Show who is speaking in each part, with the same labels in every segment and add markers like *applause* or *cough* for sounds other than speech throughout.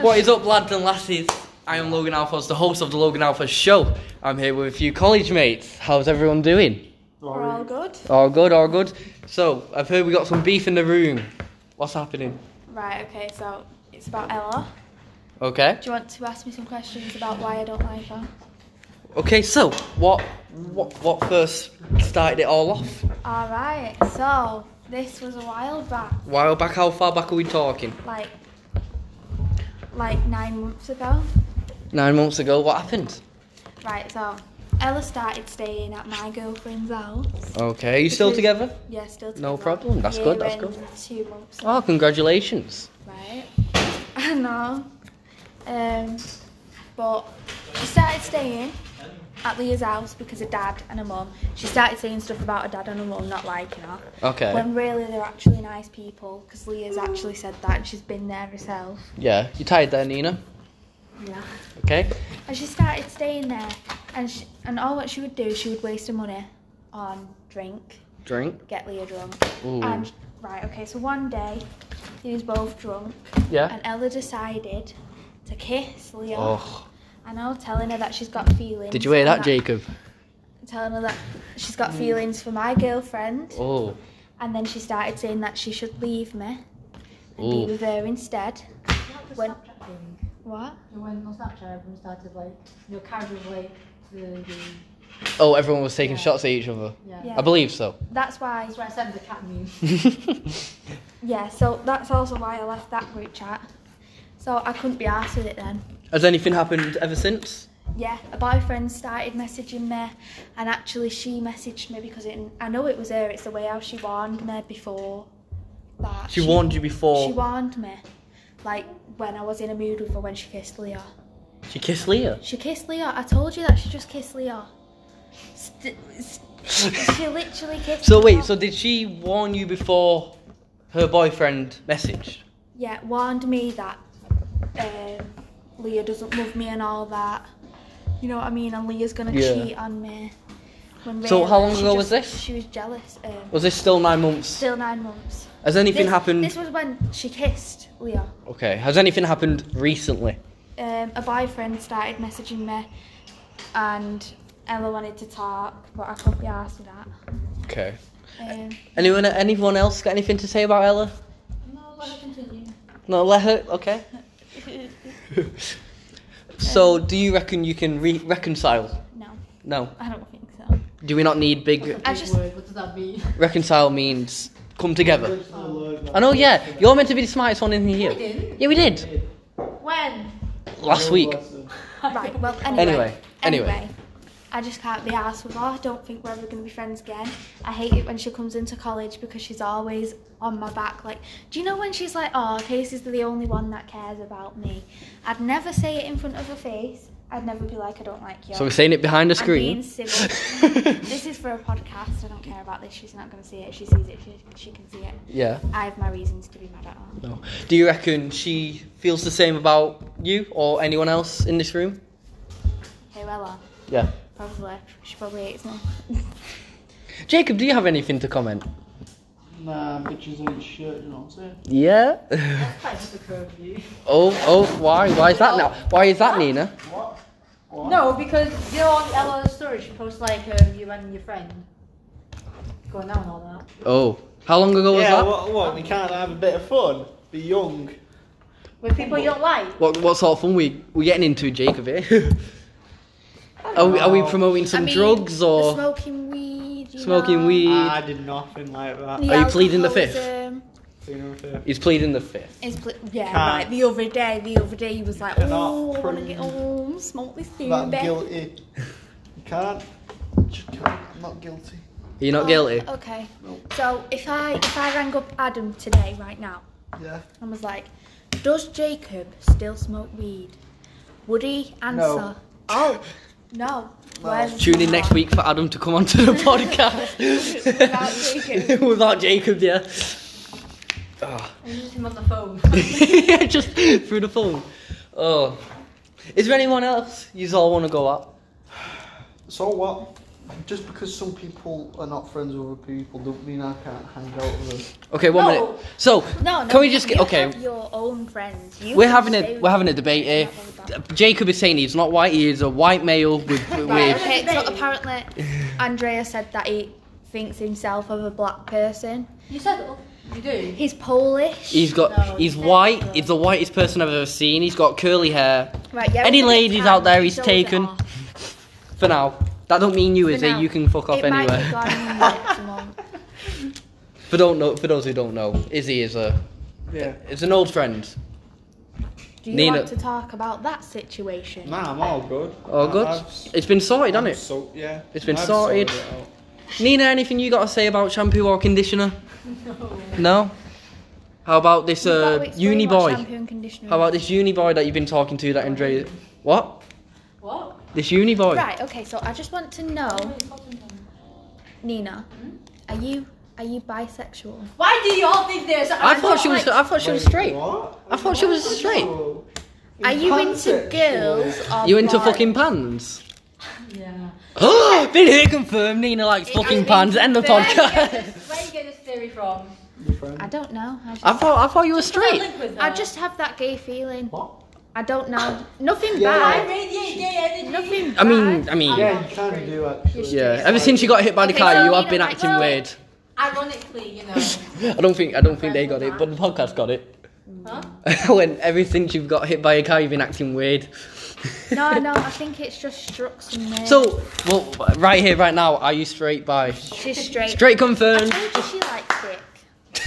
Speaker 1: What is up, lads and lasses? I am Logan Alphos, the host of the Logan Alphos Show. I'm here with a few college mates. How's everyone doing?
Speaker 2: We're all good.
Speaker 1: All good, all good. So, I've heard we got some beef in the room. What's happening?
Speaker 2: Right, okay, so it's about Ella.
Speaker 1: Okay.
Speaker 2: Do you want to ask me some questions about why I don't like her?
Speaker 1: Okay, so what what what first started it all off?
Speaker 2: Alright, so this was a while back,
Speaker 1: While back, how far back are we talking?
Speaker 2: like like nine months ago.
Speaker 1: Nine months ago, what happened?
Speaker 2: Right, so Ella started staying at my girlfriend's house.
Speaker 1: Okay, are you still
Speaker 2: Because-
Speaker 1: together?
Speaker 2: Yeah, still together.
Speaker 1: No problem, that's
Speaker 2: Year
Speaker 1: good, that's
Speaker 2: and
Speaker 1: good.
Speaker 2: Two months.
Speaker 1: Oh, congratulations.
Speaker 2: Right. *laughs* I know. Um, but she started staying at Leah's house because her dad and her mum. She started saying stuff about her dad and her mum not liking her.
Speaker 1: Okay.
Speaker 2: When really they're actually nice people because Leah's actually said that and she's been there herself.
Speaker 1: Yeah, you tired there, Nina?
Speaker 2: Yeah.
Speaker 1: Okay.
Speaker 2: And she started staying there and she, and all what she would do, she would waste her money on drink,
Speaker 1: Drink.
Speaker 2: get Leah drunk.
Speaker 1: Ooh.
Speaker 2: And right, okay, so one day they was both drunk
Speaker 1: Yeah.
Speaker 2: and Ella decided to kiss Leah.
Speaker 1: Oh,
Speaker 2: I know, telling her that she's got feelings.
Speaker 1: did you hear
Speaker 2: for
Speaker 1: that, Jacob?
Speaker 2: Telling her that she's got feelings for my girlfriend,
Speaker 1: Oh.
Speaker 2: and then she started saying that she should leave me and
Speaker 1: Ooh.
Speaker 2: be with her instead.
Speaker 3: The
Speaker 2: When-
Speaker 3: Snapchat thing.
Speaker 2: What?
Speaker 3: When on Snapchat everyone started like you know casually to the
Speaker 1: Oh, everyone was taking
Speaker 3: Yeah.
Speaker 1: shots at each other.
Speaker 3: yeah.
Speaker 2: Yeah.
Speaker 1: I believe so.
Speaker 2: That's why.
Speaker 3: That's where I sent the cat meme.
Speaker 2: Yeah, so that's also why I left that group chat. So I couldn't be arsed with it then.
Speaker 1: *laughs* Has anything happened ever since?
Speaker 2: Yeah, a boyfriend started messaging me, and actually she messaged me because it, I know it was her. It's the way how she warned me before. That
Speaker 1: She warned you before
Speaker 2: She
Speaker 1: she,
Speaker 2: warned me, like when I was in a mood with her when she kissed Leah.
Speaker 1: kissed Leah. *laughs*
Speaker 2: She kissed Leah. I told you that she just kissed Leah. St- st- she literally kissed.
Speaker 1: So
Speaker 2: Leah.
Speaker 1: wait, so did she warn you before her boyfriend messaged?
Speaker 2: yeah, warned me that um, Leah doesn't love me and all that. You know what I mean? And Leah's gonna
Speaker 1: Yeah.
Speaker 2: cheat on me. When
Speaker 1: So how long
Speaker 2: she
Speaker 1: ago was
Speaker 2: just-
Speaker 1: this?
Speaker 2: She was jealous. Um,
Speaker 1: Was this still nine months?
Speaker 2: still nine months.
Speaker 1: Has anything
Speaker 2: this,
Speaker 1: happened?
Speaker 2: This was when she kissed Leah.
Speaker 1: Okay. Has anything happened recently?
Speaker 2: um, a boyfriend started messaging me and Ella wanted to talk, but I couldn't be asked for that.
Speaker 1: Okay.
Speaker 2: Um,
Speaker 1: Anyone? Anyone else got anything to say about Ella?
Speaker 3: no, let her continue.
Speaker 1: No, let her.
Speaker 2: *laughs*
Speaker 1: Okay. *laughs* so, do you reckon you can re- reconcile?
Speaker 2: no,
Speaker 1: No.
Speaker 2: I don't think so.
Speaker 1: Do we not need big?
Speaker 3: I
Speaker 2: I
Speaker 3: just
Speaker 2: just-
Speaker 3: word, what does that mean?
Speaker 1: Reconcile means come together.
Speaker 3: Um,
Speaker 1: I know, yeah. You're meant to be the smartest one in
Speaker 3: I
Speaker 1: here. *laughs*
Speaker 3: didn't.
Speaker 1: Yeah, we did
Speaker 3: *laughs* When?
Speaker 1: last week.
Speaker 2: Right, well, anyway.
Speaker 1: Anyway, anyway.
Speaker 2: I just can't be asked with her. I don't think we're ever going to be friends again. I hate it when she comes into college because she's always on my back. Like, do you know when she's like, oh, Casey's the only one that cares about me? I'd never say it in front of her face. I'd never be like, I don't like you.
Speaker 1: So we're saying it behind a
Speaker 2: I'm
Speaker 1: screen.
Speaker 2: being civil. This is for a podcast. I don't care about this. She's not going to see it. If she sees it, she, she can see it.
Speaker 1: *laughs* yeah.
Speaker 2: I have my reasons to be mad at her.
Speaker 1: No. Do you reckon she feels the same about you or anyone else in this room?
Speaker 2: Hey, Ella.
Speaker 1: Yeah.
Speaker 2: Probably. She probably hates me.
Speaker 1: Jacob, do you have anything to comment?
Speaker 4: Nah, bitches ain't shit, you know what I'm saying?
Speaker 1: Yeah.
Speaker 3: That's quite hypocritical of you.
Speaker 1: *laughs* oh, oh, why? Why is that now? Why is that, Nina?
Speaker 4: What? What?
Speaker 3: No, because you know on Ella's story she posts like um, you and your friend going out and all that.
Speaker 1: Oh. How long ago was
Speaker 4: yeah,
Speaker 1: that?
Speaker 4: what, what? We can't have a bit of fun? Be young.
Speaker 3: With people you don't like.
Speaker 1: What, what sort of fun we we getting into, Jacob? Here? *laughs* are, we, are we promoting *laughs* some
Speaker 2: I mean,
Speaker 1: drugs
Speaker 2: the
Speaker 1: or
Speaker 2: smoking weed. you
Speaker 1: smoking
Speaker 2: know,
Speaker 1: weed?
Speaker 4: I did nothing like that.
Speaker 2: the
Speaker 1: Are you pleading the fifth?
Speaker 2: alcoholism.
Speaker 4: You know what I'm saying?
Speaker 1: He's pleading the fifth.
Speaker 2: It's ple- yeah,
Speaker 4: Can't.
Speaker 2: right. The other day, the other day, he was like,
Speaker 4: Cannot
Speaker 2: oh, I want to
Speaker 4: prove
Speaker 2: get home, smoke this thing,
Speaker 4: That guilty. You can't. Just can't. I'm not guilty.
Speaker 1: Are you
Speaker 2: Oh.
Speaker 1: not guilty?
Speaker 2: Okay.
Speaker 4: No.
Speaker 2: So if I if I rang up Adam today, right now,
Speaker 4: Yeah.
Speaker 2: and was like, "Does Jacob still smoke weed?" Would he answer?
Speaker 4: No.
Speaker 2: Oh, no. Where's the
Speaker 1: Tune in next
Speaker 2: bar?
Speaker 1: week for Adam to come
Speaker 2: *laughs*
Speaker 1: onto the
Speaker 2: Without
Speaker 1: podcast.
Speaker 2: Jacob.
Speaker 1: *laughs* Without Jacob, yeah. *laughs* Oh.
Speaker 3: And just him on the phone.
Speaker 1: Just through the phone. Oh. Is there anyone else you all want to go up?
Speaker 4: So what? Just because some people are not friends with other people, don't mean I can't hang out with them.
Speaker 1: Okay, one
Speaker 3: No.
Speaker 1: minute. So
Speaker 2: No, no.
Speaker 1: Can we just get-
Speaker 2: you
Speaker 1: okay.
Speaker 2: Have your own friends. You
Speaker 1: we're
Speaker 2: can
Speaker 1: having
Speaker 2: stay
Speaker 1: a
Speaker 2: with
Speaker 1: we're having a
Speaker 2: them.
Speaker 1: debate here.
Speaker 2: It's not really bad.
Speaker 1: Jacob is saying he's not white. He is a white male with
Speaker 2: Right,
Speaker 1: with.
Speaker 2: okay, so
Speaker 1: *laughs*
Speaker 2: apparently Andrea said that he thinks himself of a black person.
Speaker 3: You said oh, you do.
Speaker 2: He's Polish.
Speaker 1: He's got. He's white. He's the whitest person I've ever seen. He's got curly hair.
Speaker 2: right, yeah,
Speaker 1: Any
Speaker 2: we're gonna
Speaker 1: ladies
Speaker 2: tan,
Speaker 1: out there
Speaker 2: it
Speaker 1: he's
Speaker 2: shows it
Speaker 1: taken
Speaker 2: off.
Speaker 1: for now. That don't mean you,
Speaker 2: For
Speaker 1: is it?
Speaker 2: now.
Speaker 1: You can fuck off
Speaker 2: it
Speaker 1: anywhere.
Speaker 2: Might be gone in
Speaker 1: *laughs*
Speaker 2: next month.
Speaker 1: For don't know, for those who don't know, Izzy is a
Speaker 4: Yeah.
Speaker 1: is an old friend.
Speaker 2: Do you
Speaker 1: Nina-
Speaker 2: want to talk about that situation?
Speaker 4: Nah, I'm all good.
Speaker 1: All
Speaker 4: I-
Speaker 1: good.
Speaker 4: I've s-
Speaker 1: It's been sorted, hasn't
Speaker 4: I've
Speaker 1: it?
Speaker 4: So yeah.
Speaker 1: It's been
Speaker 4: I've
Speaker 1: sorted.
Speaker 4: it out.
Speaker 1: Nina, anything you got to say about shampoo or conditioner? No. How about this
Speaker 2: You've got to
Speaker 1: uh,
Speaker 2: explain
Speaker 1: uni
Speaker 2: what
Speaker 1: boy?
Speaker 2: shampoo and conditioner
Speaker 1: How
Speaker 2: is.
Speaker 1: about this uni boy that you've been talking to that Andrea? What?
Speaker 3: What?
Speaker 1: This uni boy?
Speaker 2: Right, okay, so I just want to know, Nina, are you are you bisexual?
Speaker 3: Why do you all think there's?
Speaker 1: I thought she was. I thought she was
Speaker 4: Wait,
Speaker 1: straight.
Speaker 4: What?
Speaker 1: I thought she was straight.
Speaker 4: No.
Speaker 2: Are you into
Speaker 4: Pansexual.
Speaker 2: girls or
Speaker 1: You into
Speaker 2: boys?
Speaker 1: fucking pans?
Speaker 3: Yeah.
Speaker 1: *gasps* Been here confirmed. Nina likes
Speaker 2: It has
Speaker 1: fucking
Speaker 2: been
Speaker 1: pans. End of
Speaker 2: confirmed.
Speaker 1: podcast. *laughs*
Speaker 3: Where you get this theory from?
Speaker 4: Your friend.
Speaker 2: I don't know. I just,
Speaker 1: I thought. I thought you were
Speaker 3: Does that
Speaker 1: straight.
Speaker 3: link with
Speaker 2: I
Speaker 3: that?
Speaker 2: just have that gay feeling.
Speaker 4: What?
Speaker 2: I don't know. Nothing
Speaker 4: Yeah.
Speaker 3: I
Speaker 2: bad.
Speaker 3: radiate gay energy.
Speaker 2: Nothing.
Speaker 1: I mean.
Speaker 2: bad.
Speaker 1: I mean.
Speaker 4: Yeah, you kind of do actually.
Speaker 1: Yeah, ever since you got hit by the
Speaker 2: Okay,
Speaker 1: car,
Speaker 2: so
Speaker 1: you
Speaker 2: we
Speaker 1: have been
Speaker 2: don't-
Speaker 1: acting
Speaker 2: well-
Speaker 1: weird.
Speaker 2: *laughs*
Speaker 3: Ironically, you know.
Speaker 1: I don't think I don't think they got it, but the podcast got it. *laughs*
Speaker 3: huh?
Speaker 1: I went ever since you've got hit by a car, you've been acting weird.
Speaker 2: No, no. I think it's just struck some
Speaker 1: *laughs*
Speaker 2: nerve.
Speaker 1: So, well, right here, right now, are you straight by?
Speaker 2: she's straight.
Speaker 1: Straight
Speaker 2: I
Speaker 1: confirmed. *laughs*
Speaker 2: told you she likes dick.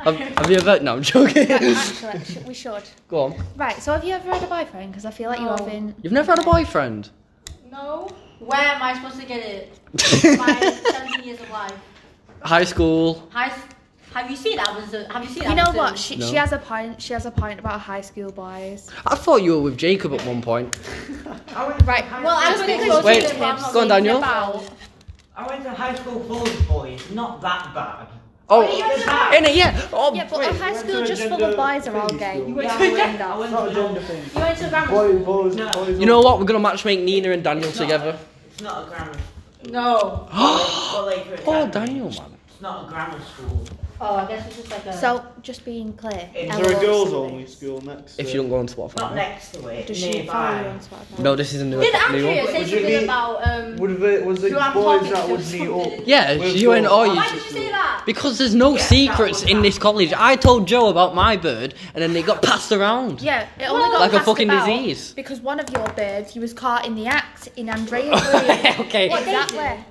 Speaker 1: have, have you ever? No, I'm joking. *laughs*
Speaker 2: Right, actually, sh- we should.
Speaker 1: Go on.
Speaker 2: Right. So have you ever had a boyfriend? Because I feel like you
Speaker 3: No.
Speaker 2: haven't.
Speaker 1: You've never had a boyfriend. *laughs*
Speaker 3: No. Where am I supposed to get
Speaker 2: *laughs*
Speaker 3: it? My 17 years of life.
Speaker 1: High school.
Speaker 3: High. s- Have you seen Amazon? Have you seen?
Speaker 2: You know
Speaker 3: Amazon?
Speaker 2: what? She, she
Speaker 1: No.
Speaker 2: has a point. She has a point about high school boys.
Speaker 1: I thought you were with Jacob at one point.
Speaker 5: I went,
Speaker 2: Right.
Speaker 5: well,
Speaker 3: Well, I
Speaker 2: just
Speaker 3: was
Speaker 2: because
Speaker 3: thinking
Speaker 2: you
Speaker 3: about
Speaker 1: Wait,
Speaker 2: did
Speaker 3: it, but I'm
Speaker 2: tips
Speaker 3: not
Speaker 1: go on,
Speaker 3: thinking
Speaker 1: Daniel.
Speaker 3: about-
Speaker 5: I went to high school full of boys. Not that bad.
Speaker 1: Oh,
Speaker 3: What are you on about?
Speaker 1: in a yeah. Oh,
Speaker 2: Yeah, but
Speaker 1: wait.
Speaker 2: a high
Speaker 4: went
Speaker 2: school
Speaker 4: to a
Speaker 2: just full
Speaker 4: gender
Speaker 2: of boys are all
Speaker 4: thingy
Speaker 2: gay.
Speaker 4: school.
Speaker 2: You went
Speaker 5: Yeah,
Speaker 2: to a
Speaker 5: I went, I
Speaker 2: gender.
Speaker 5: went
Speaker 4: It's not
Speaker 5: to
Speaker 4: a
Speaker 5: grammar-
Speaker 4: gender thing.
Speaker 3: You went to grammar
Speaker 4: Boy, boys,
Speaker 5: No.
Speaker 4: boys.
Speaker 1: you know what? We're gonna matchmake Nina and Daniel
Speaker 5: It's not-
Speaker 1: together.
Speaker 5: It's not a grammar.
Speaker 1: *gasps*
Speaker 3: No.
Speaker 5: but like, for
Speaker 1: Oh,
Speaker 5: example,
Speaker 1: Daniel, man.
Speaker 5: It's not a grammar school.
Speaker 3: Oh, I guess it's just like a.
Speaker 2: So just being clear.
Speaker 5: Is
Speaker 4: Is there
Speaker 2: LOL
Speaker 4: a girls
Speaker 2: service.
Speaker 4: only school next?
Speaker 1: If
Speaker 4: to-
Speaker 1: you don't go on
Speaker 5: Not
Speaker 1: Spotify.
Speaker 5: next to it.
Speaker 2: Does she follow you
Speaker 5: nearby.
Speaker 2: on Spotify?
Speaker 1: No, this is a new,
Speaker 3: Did
Speaker 1: new one.
Speaker 3: Andrea
Speaker 4: Would
Speaker 3: say
Speaker 4: you
Speaker 3: something um,
Speaker 4: be-
Speaker 3: about um?
Speaker 4: Would they, was it
Speaker 3: who I'm
Speaker 4: boys
Speaker 3: talking
Speaker 4: that
Speaker 3: to
Speaker 4: would meet
Speaker 3: something?
Speaker 1: *laughs*
Speaker 4: up?
Speaker 1: Yeah,
Speaker 4: We'll
Speaker 1: you and
Speaker 4: go.
Speaker 1: oh,
Speaker 3: Why
Speaker 1: you.
Speaker 3: did you say that?
Speaker 1: Because there's no
Speaker 5: Yeah,
Speaker 1: secrets
Speaker 5: that was
Speaker 1: in this college. I told Joe about my bird, and then it got passed around.
Speaker 2: Yeah, it only got
Speaker 1: Like a
Speaker 2: passed
Speaker 1: fucking
Speaker 2: about
Speaker 1: disease.
Speaker 2: Because one of your birds, you was caught in the act
Speaker 1: *laughs*
Speaker 2: in Andrea's room.
Speaker 1: okay.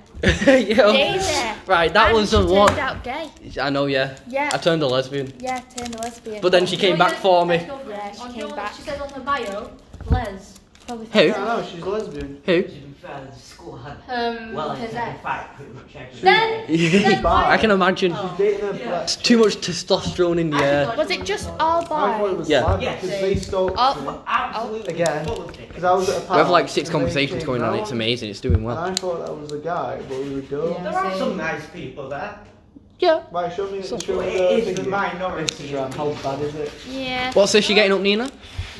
Speaker 2: *laughs*
Speaker 1: *laughs*
Speaker 2: What
Speaker 3: Daisy.
Speaker 2: exactly?
Speaker 1: Yeah.
Speaker 2: Daisy.
Speaker 1: Right, Oh. that
Speaker 2: And
Speaker 1: was
Speaker 2: she
Speaker 1: a
Speaker 2: Turned
Speaker 1: what?
Speaker 2: out gay.
Speaker 1: I know, yeah.
Speaker 2: Yeah.
Speaker 1: I turned a lesbian,
Speaker 2: Yeah, turned a lesbian.
Speaker 1: but then she came
Speaker 3: You know,
Speaker 1: back
Speaker 3: you-
Speaker 1: for me.
Speaker 2: Yeah, she
Speaker 3: On
Speaker 2: came
Speaker 3: your-
Speaker 2: back.
Speaker 3: She said on the bio, Les.
Speaker 2: Probably
Speaker 1: Who?
Speaker 4: I don't know, she's lesbian.
Speaker 1: Who?
Speaker 5: To be fair, the school had
Speaker 3: Um,
Speaker 5: well, in
Speaker 3: Cosette.
Speaker 5: fact, pretty much everything.
Speaker 3: Then,
Speaker 1: *laughs*
Speaker 3: then
Speaker 1: *laughs*
Speaker 3: why?
Speaker 1: I can imagine.
Speaker 3: Oh.
Speaker 4: Dating a
Speaker 5: Yeah.
Speaker 4: black.
Speaker 1: It's too much testosterone in the air.
Speaker 2: Was it just all
Speaker 4: I thought it
Speaker 2: boys?
Speaker 4: was
Speaker 1: Yeah.
Speaker 4: lad
Speaker 5: Yeah.
Speaker 4: because they stalked
Speaker 2: Oh.
Speaker 4: me.
Speaker 5: absolutely
Speaker 4: Again.
Speaker 5: full of dick.
Speaker 4: Because I was at a
Speaker 1: We
Speaker 4: party.
Speaker 1: have like six
Speaker 4: and they
Speaker 1: conversations
Speaker 4: came
Speaker 1: going on.
Speaker 4: round,
Speaker 1: It's amazing. It's doing
Speaker 4: And
Speaker 1: well.
Speaker 4: I thought that was a guy, but it was a girl.
Speaker 3: Yeah.
Speaker 5: There are some nice people there.
Speaker 1: Yeah.
Speaker 4: Right, show me.
Speaker 1: So-
Speaker 4: show me
Speaker 5: It
Speaker 4: the
Speaker 5: is the
Speaker 4: thingy.
Speaker 5: minority of
Speaker 4: Instagram. How bad is it?
Speaker 2: Yeah.
Speaker 1: What's this? You getting up, Nina?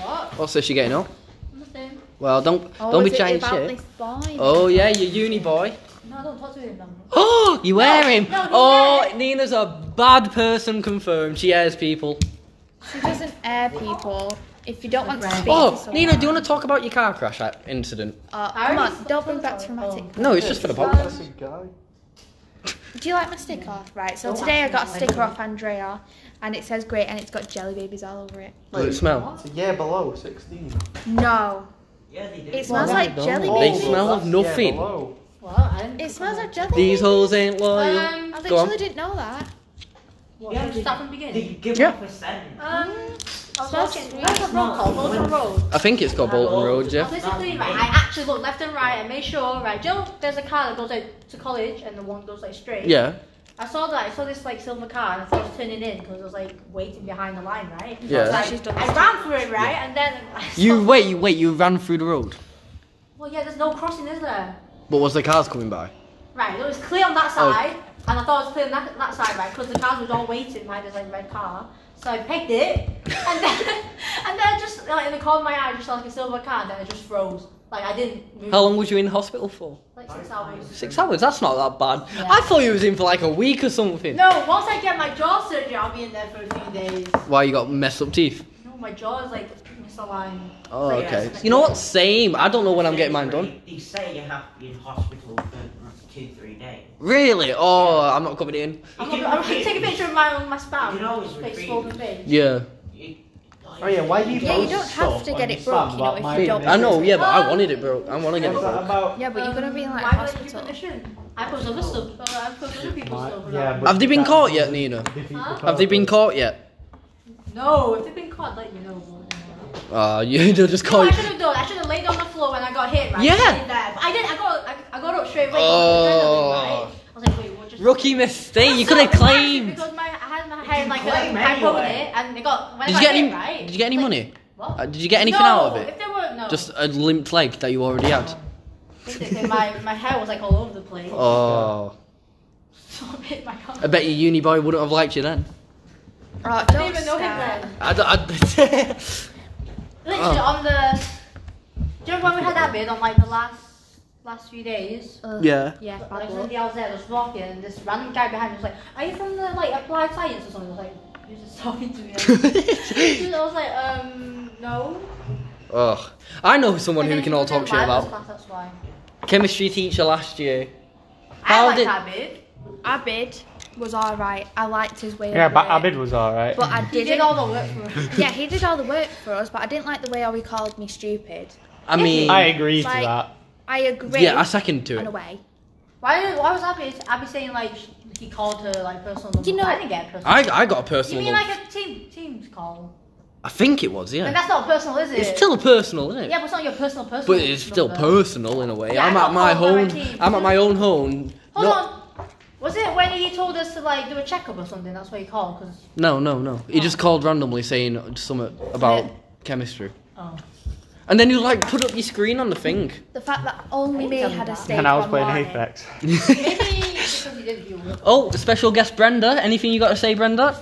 Speaker 3: What?
Speaker 1: What's this? You getting up?
Speaker 3: Nothing.
Speaker 1: Well, don't
Speaker 2: Oh,
Speaker 1: don't be
Speaker 2: was it
Speaker 1: chatting
Speaker 2: about
Speaker 1: shit.
Speaker 2: This boy?
Speaker 1: Oh yeah, you uni boy.
Speaker 3: No, don't talk to him. No.
Speaker 1: Oh, you wear him.
Speaker 3: no, he's
Speaker 1: oh,
Speaker 3: there.
Speaker 1: Nina's a bad person confirmed. She airs people.
Speaker 2: She doesn't air people. If you don't want to
Speaker 3: Right.
Speaker 2: speak to
Speaker 1: Oh,
Speaker 2: someone.
Speaker 1: Nina, do you want to talk about your car crash uh, incident?
Speaker 2: Oh,
Speaker 3: I
Speaker 2: come
Speaker 3: already
Speaker 2: on, don't bring
Speaker 3: spoke
Speaker 2: back
Speaker 3: about it.
Speaker 2: traumatic.
Speaker 1: No, Oh, it's just for the podcast.
Speaker 4: That's a guy.
Speaker 2: Do you like my sticker off? Right, so
Speaker 3: Don't
Speaker 2: today I
Speaker 3: ask
Speaker 2: got a
Speaker 3: me.
Speaker 2: sticker off Andrea and it says great and it's got jelly babies all over it.
Speaker 1: Does it smell?
Speaker 4: It's a year below 16.
Speaker 2: No.
Speaker 5: Yeah, they do.
Speaker 2: It smells
Speaker 4: no,
Speaker 2: like jelly
Speaker 1: They
Speaker 2: babies.
Speaker 1: smell of
Speaker 4: that's year
Speaker 1: nothing.
Speaker 4: below.
Speaker 3: What? I didn't
Speaker 2: It smells like jelly
Speaker 1: These
Speaker 2: babies.
Speaker 1: holes ain't loyal.
Speaker 3: Um,
Speaker 2: I
Speaker 1: Go on.
Speaker 2: literally didn't know that.
Speaker 3: what?
Speaker 5: Yeah,
Speaker 3: should we start from the
Speaker 5: They
Speaker 3: beginning.
Speaker 5: give
Speaker 1: Yeah.
Speaker 5: off a scent.
Speaker 3: Um, I
Speaker 2: Mm.
Speaker 3: was
Speaker 2: Smells
Speaker 3: walking.
Speaker 2: sweet.
Speaker 3: That's a road called Bolton Road.
Speaker 1: I think it's called Bolton Road,
Speaker 3: I was
Speaker 1: yeah.
Speaker 3: basically right. I actually looked left and right and made sure right. Joe, there's a car that goes like to college and the one goes like straight.
Speaker 1: Yeah,
Speaker 3: I saw that. I saw this like silver car and I thought I was turning in because I was like waiting behind the line, right?
Speaker 1: Yeah.
Speaker 3: So I,
Speaker 2: She's
Speaker 3: was,
Speaker 2: done
Speaker 3: like, I
Speaker 2: this
Speaker 3: ran for it, right? And then I saw,
Speaker 1: you wait, you wait, you ran through the road,
Speaker 3: Well, yeah. There's no crossing, is there?
Speaker 1: but was the cars coming by?
Speaker 3: Right. It was clear on that
Speaker 1: Oh.
Speaker 3: side, and I thought it was clear on that, that side, right? Because the cars was all waiting behind this like red car. So I pegged *laughs* it, and then and then I just like in the corner of my eye, I just saw like a silver car, and then I just froze. Like I didn't. Move
Speaker 1: How long was you in hospital for?
Speaker 3: Like six hours.
Speaker 1: Six hours? That's not that bad.
Speaker 3: Yeah.
Speaker 1: I thought you was in for like a week or something.
Speaker 3: No, once I get my jaw surgery, I'll be in there for a few days.
Speaker 1: Why you got messed up teeth?
Speaker 3: No, my jaw is like misaligned.
Speaker 1: Oh,
Speaker 3: Like,
Speaker 1: okay.
Speaker 3: it's-
Speaker 1: You know what? Same. I don't know when I'm getting mine done.
Speaker 5: They they say you have to be in hospital for two, three days.
Speaker 1: Really? Oh, I'm not coming in.
Speaker 3: I'm gonna, I'm gonna take a picture of my my spam.
Speaker 5: You can always
Speaker 3: Like
Speaker 5: repeat.
Speaker 3: swollen veins.
Speaker 1: Yeah.
Speaker 5: You-
Speaker 4: Oh yeah, why do you
Speaker 6: Yeah, you
Speaker 4: post
Speaker 6: don't have
Speaker 4: stuff
Speaker 6: to
Speaker 4: on
Speaker 6: get
Speaker 4: your
Speaker 6: it broke,
Speaker 4: spam
Speaker 6: you know,
Speaker 4: about
Speaker 6: if
Speaker 4: my
Speaker 6: you don't-
Speaker 1: I
Speaker 4: *laughs*
Speaker 1: know, yeah, but I
Speaker 3: Oh.
Speaker 1: wanted it broke. I want to get it
Speaker 4: What's that
Speaker 1: broke.
Speaker 4: about?
Speaker 6: Yeah, but you're gonna be in like
Speaker 3: why would I do
Speaker 6: hospital.
Speaker 3: condition? I post
Speaker 5: Oh.
Speaker 3: other stuff. but I post other people's
Speaker 4: My-
Speaker 3: stuff. but
Speaker 4: yeah,
Speaker 3: I-
Speaker 4: but
Speaker 1: Have they been
Speaker 4: that-
Speaker 1: caught yet, Nina?
Speaker 4: defeat the
Speaker 3: Huh?
Speaker 1: Have they been
Speaker 4: purpose.
Speaker 1: caught yet?
Speaker 3: No, if they've been caught, let me know.
Speaker 1: Ah, *laughs* you they'll just
Speaker 3: No,
Speaker 1: call
Speaker 3: I
Speaker 1: you.
Speaker 3: should have done. I should have laid on the floor when I got hit, right?
Speaker 1: Yeah.
Speaker 3: I did that. But I did. I got. I, I got up straight away.
Speaker 1: Oh.
Speaker 3: Right? I was like, wait, what just?
Speaker 1: Rookie mistake. You
Speaker 3: Also,
Speaker 1: could have
Speaker 3: it's embarrassing
Speaker 1: claimed.
Speaker 3: Because my, I had my hair in like a
Speaker 5: claim
Speaker 3: high ponytail,
Speaker 5: anyway.
Speaker 3: and it got. When
Speaker 1: Did
Speaker 3: I
Speaker 1: you
Speaker 3: got
Speaker 1: get any?
Speaker 3: hit, right?
Speaker 1: Did you get any
Speaker 3: like,
Speaker 1: money?
Speaker 3: What?
Speaker 1: Uh, did you get anything
Speaker 3: no,
Speaker 1: out of it?
Speaker 3: If there were no.
Speaker 1: Just a limp leg that you already had.
Speaker 3: Basically, my my hair was like all over the place.
Speaker 1: *laughs* Oh,
Speaker 3: *laughs* So I hit my car.
Speaker 1: I bet your uni boy wouldn't have liked you then.
Speaker 2: Right,
Speaker 3: I didn't
Speaker 2: don't
Speaker 3: even know him
Speaker 2: start.
Speaker 3: then.
Speaker 1: I, d- I- *laughs*
Speaker 3: Literally
Speaker 1: Oh.
Speaker 3: on the. Do you remember when we had that bit on like the last last few days?
Speaker 2: Ugh.
Speaker 1: yeah.
Speaker 2: Yeah,
Speaker 3: I
Speaker 2: bad
Speaker 3: was
Speaker 2: luck.
Speaker 3: in the outside, I was walking, and this random guy behind me was like, "Are you from the like applied science or something?" I was like, "You're just talking to me." I was like, "Um, no."
Speaker 1: Ugh. I know someone
Speaker 3: And
Speaker 1: who
Speaker 3: then
Speaker 1: we can
Speaker 3: he
Speaker 1: all
Speaker 3: was
Speaker 1: talk
Speaker 3: in
Speaker 1: shit
Speaker 3: Bible
Speaker 1: about.
Speaker 3: Class, that's why.
Speaker 1: Chemistry teacher last year.
Speaker 3: I
Speaker 1: How
Speaker 3: like
Speaker 1: did-
Speaker 3: that bit.
Speaker 2: Abid was alright. I liked his way.
Speaker 6: Yeah,
Speaker 2: of
Speaker 6: but
Speaker 2: work.
Speaker 6: Abid was alright.
Speaker 2: But I
Speaker 3: He
Speaker 2: didn't.
Speaker 3: did all the work for
Speaker 2: *laughs*
Speaker 3: us.
Speaker 2: yeah, he did all the work for us, but I didn't like the way how he called me stupid.
Speaker 1: I mean,
Speaker 6: I agree to
Speaker 2: Like-
Speaker 6: that.
Speaker 2: I agree.
Speaker 1: yeah, I second to
Speaker 2: on a
Speaker 1: it.
Speaker 2: way.
Speaker 3: Why? did- Why was Abby? Abby saying like sh- he called her like personal number?
Speaker 2: You know-
Speaker 3: I didn't get a personal.
Speaker 1: I, I got a
Speaker 3: you
Speaker 1: personal.
Speaker 3: mean
Speaker 1: one.
Speaker 3: like a team teams call?
Speaker 1: I think it was, yeah.
Speaker 3: And that's not personal, is it?
Speaker 1: It's still personal, isn't it?
Speaker 3: Yeah, but it's not your personal personal.
Speaker 1: But it's still
Speaker 3: number.
Speaker 1: personal in a way.
Speaker 3: Yeah,
Speaker 1: I'm
Speaker 3: I
Speaker 1: at
Speaker 3: got
Speaker 1: my
Speaker 3: called by my
Speaker 1: home.
Speaker 3: team.
Speaker 1: I'm at my own home.
Speaker 3: Hold
Speaker 1: not-
Speaker 3: on. Was it when he told us to like do a checkup or something? That's what he called. Cause
Speaker 1: No, no, no. He just called randomly saying something about chemistry.
Speaker 3: oh,
Speaker 1: And then you like put up your screen on the thing.
Speaker 2: The fact that only
Speaker 3: I
Speaker 2: me
Speaker 3: didn't
Speaker 2: had a
Speaker 3: tell him that.
Speaker 2: stage
Speaker 6: And I was
Speaker 2: one
Speaker 6: playing
Speaker 2: warning.
Speaker 6: Apex.
Speaker 3: maybe because he didn't view it.
Speaker 1: oh, special guest Brenda. Anything you got to say, Brenda?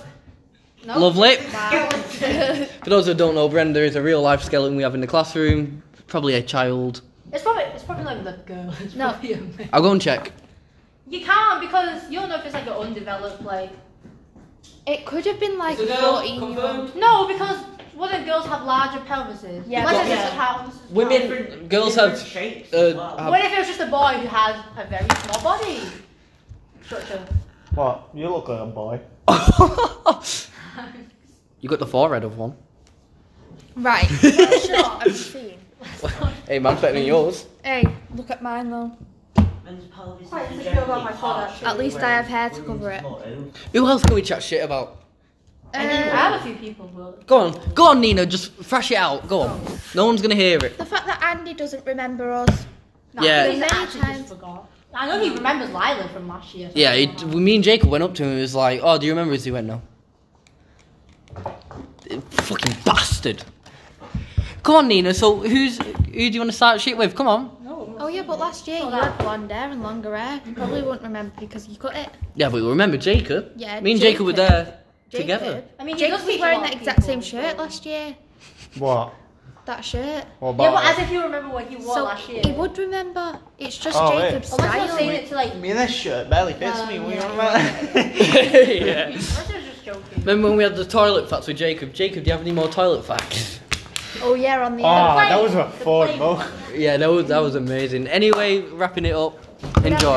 Speaker 1: *laughs*
Speaker 3: No.
Speaker 1: Lovely.
Speaker 3: Wow.
Speaker 1: For those who don't know, Brenda is a real life skeleton we have in the classroom. Probably a child.
Speaker 3: It's probably it's probably like the girl. It's
Speaker 2: No.
Speaker 3: probably a man.
Speaker 1: I'll go and check.
Speaker 3: You can't because you don't know if it's like an undeveloped like.
Speaker 2: It could have been like
Speaker 5: Is it
Speaker 2: a
Speaker 5: girl?
Speaker 2: 14 year old.
Speaker 5: Confirmed?
Speaker 3: No, because wouldn't girls have larger pelvises?
Speaker 2: Yeah,
Speaker 3: Unless
Speaker 1: but-
Speaker 3: it's just a pelvis.
Speaker 1: Women-
Speaker 5: Different-
Speaker 1: Girls
Speaker 5: different
Speaker 1: have, *laughs*
Speaker 5: shapes.
Speaker 1: uh,
Speaker 5: as well.
Speaker 1: have-
Speaker 3: What if it was just a boy who has a very small body structure?
Speaker 1: *laughs*
Speaker 4: What? You look like a boy.
Speaker 1: you got the forehead of one. *laughs*
Speaker 2: Right. Shot of scene.
Speaker 1: Hey, man's better than yours.
Speaker 2: Hey, look at mine though.
Speaker 5: Men's pelvis
Speaker 3: Right,
Speaker 5: is
Speaker 3: it's a girl on my
Speaker 5: generally
Speaker 3: pod,
Speaker 5: harsh,
Speaker 3: actually.
Speaker 2: At least I have hair to
Speaker 5: whereas
Speaker 2: cover it.
Speaker 5: women's
Speaker 1: Who else can we chat shit about?
Speaker 3: And then I have a few people, but
Speaker 1: Go on, go on, Nina. Just thrash it out. Go on. No one's gonna hear it.
Speaker 2: The fact that Andy doesn't remember us.
Speaker 3: no,
Speaker 1: Yeah.
Speaker 3: he's
Speaker 2: Many
Speaker 3: actually just
Speaker 2: times-
Speaker 3: forgot. I know he remembers Lila from last year. so
Speaker 1: Yeah,
Speaker 3: I
Speaker 1: it,
Speaker 3: don't know.
Speaker 1: me and Jacob went up to him and was like, oh, do you remember us? He went, no. Eh, Fucking bastard. Come on, Nina, so who's who do you want to start shit with? Come on.
Speaker 3: No.
Speaker 2: Oh yeah, but last year you had blonde hair and longer hair.
Speaker 3: Mm-hmm.
Speaker 2: You probably wouldn't remember because you cut it.
Speaker 1: Yeah, but remember Jacob.
Speaker 2: Yeah,
Speaker 1: Me and Jacob, were
Speaker 2: Jacob.
Speaker 1: there together.
Speaker 2: Jacob.
Speaker 3: I mean, he
Speaker 2: Jacob
Speaker 3: does
Speaker 2: was
Speaker 3: teach a
Speaker 2: wearing
Speaker 3: lot
Speaker 2: that
Speaker 3: of
Speaker 2: exact
Speaker 3: people,
Speaker 2: same shirt
Speaker 3: so-
Speaker 2: last year.
Speaker 6: What?
Speaker 2: That shirt.
Speaker 6: What about
Speaker 3: Yeah, but
Speaker 6: it?
Speaker 3: as if you remember what he wore
Speaker 2: so
Speaker 3: last year.
Speaker 2: he would remember. It's just
Speaker 4: Oh, wait.
Speaker 2: Jacob's
Speaker 3: Unless you're
Speaker 2: style.
Speaker 3: saying it to like.
Speaker 4: I mean, this shirt barely fits
Speaker 6: Uh,
Speaker 3: Um,
Speaker 4: me. What
Speaker 3: yeah.
Speaker 4: you on about?
Speaker 1: *laughs* yeah.
Speaker 3: Unless you're just joking.
Speaker 1: Remember when we had the toilet facts with Jacob? Jacob, do you have any more toilet facts?
Speaker 2: Oh yeah, on the.
Speaker 6: Ah,
Speaker 3: plane.
Speaker 6: that was a
Speaker 3: The
Speaker 6: fun
Speaker 3: plane.
Speaker 6: moment.
Speaker 1: yeah, that was, that was amazing. Anyway, wrapping it up. Enjoy.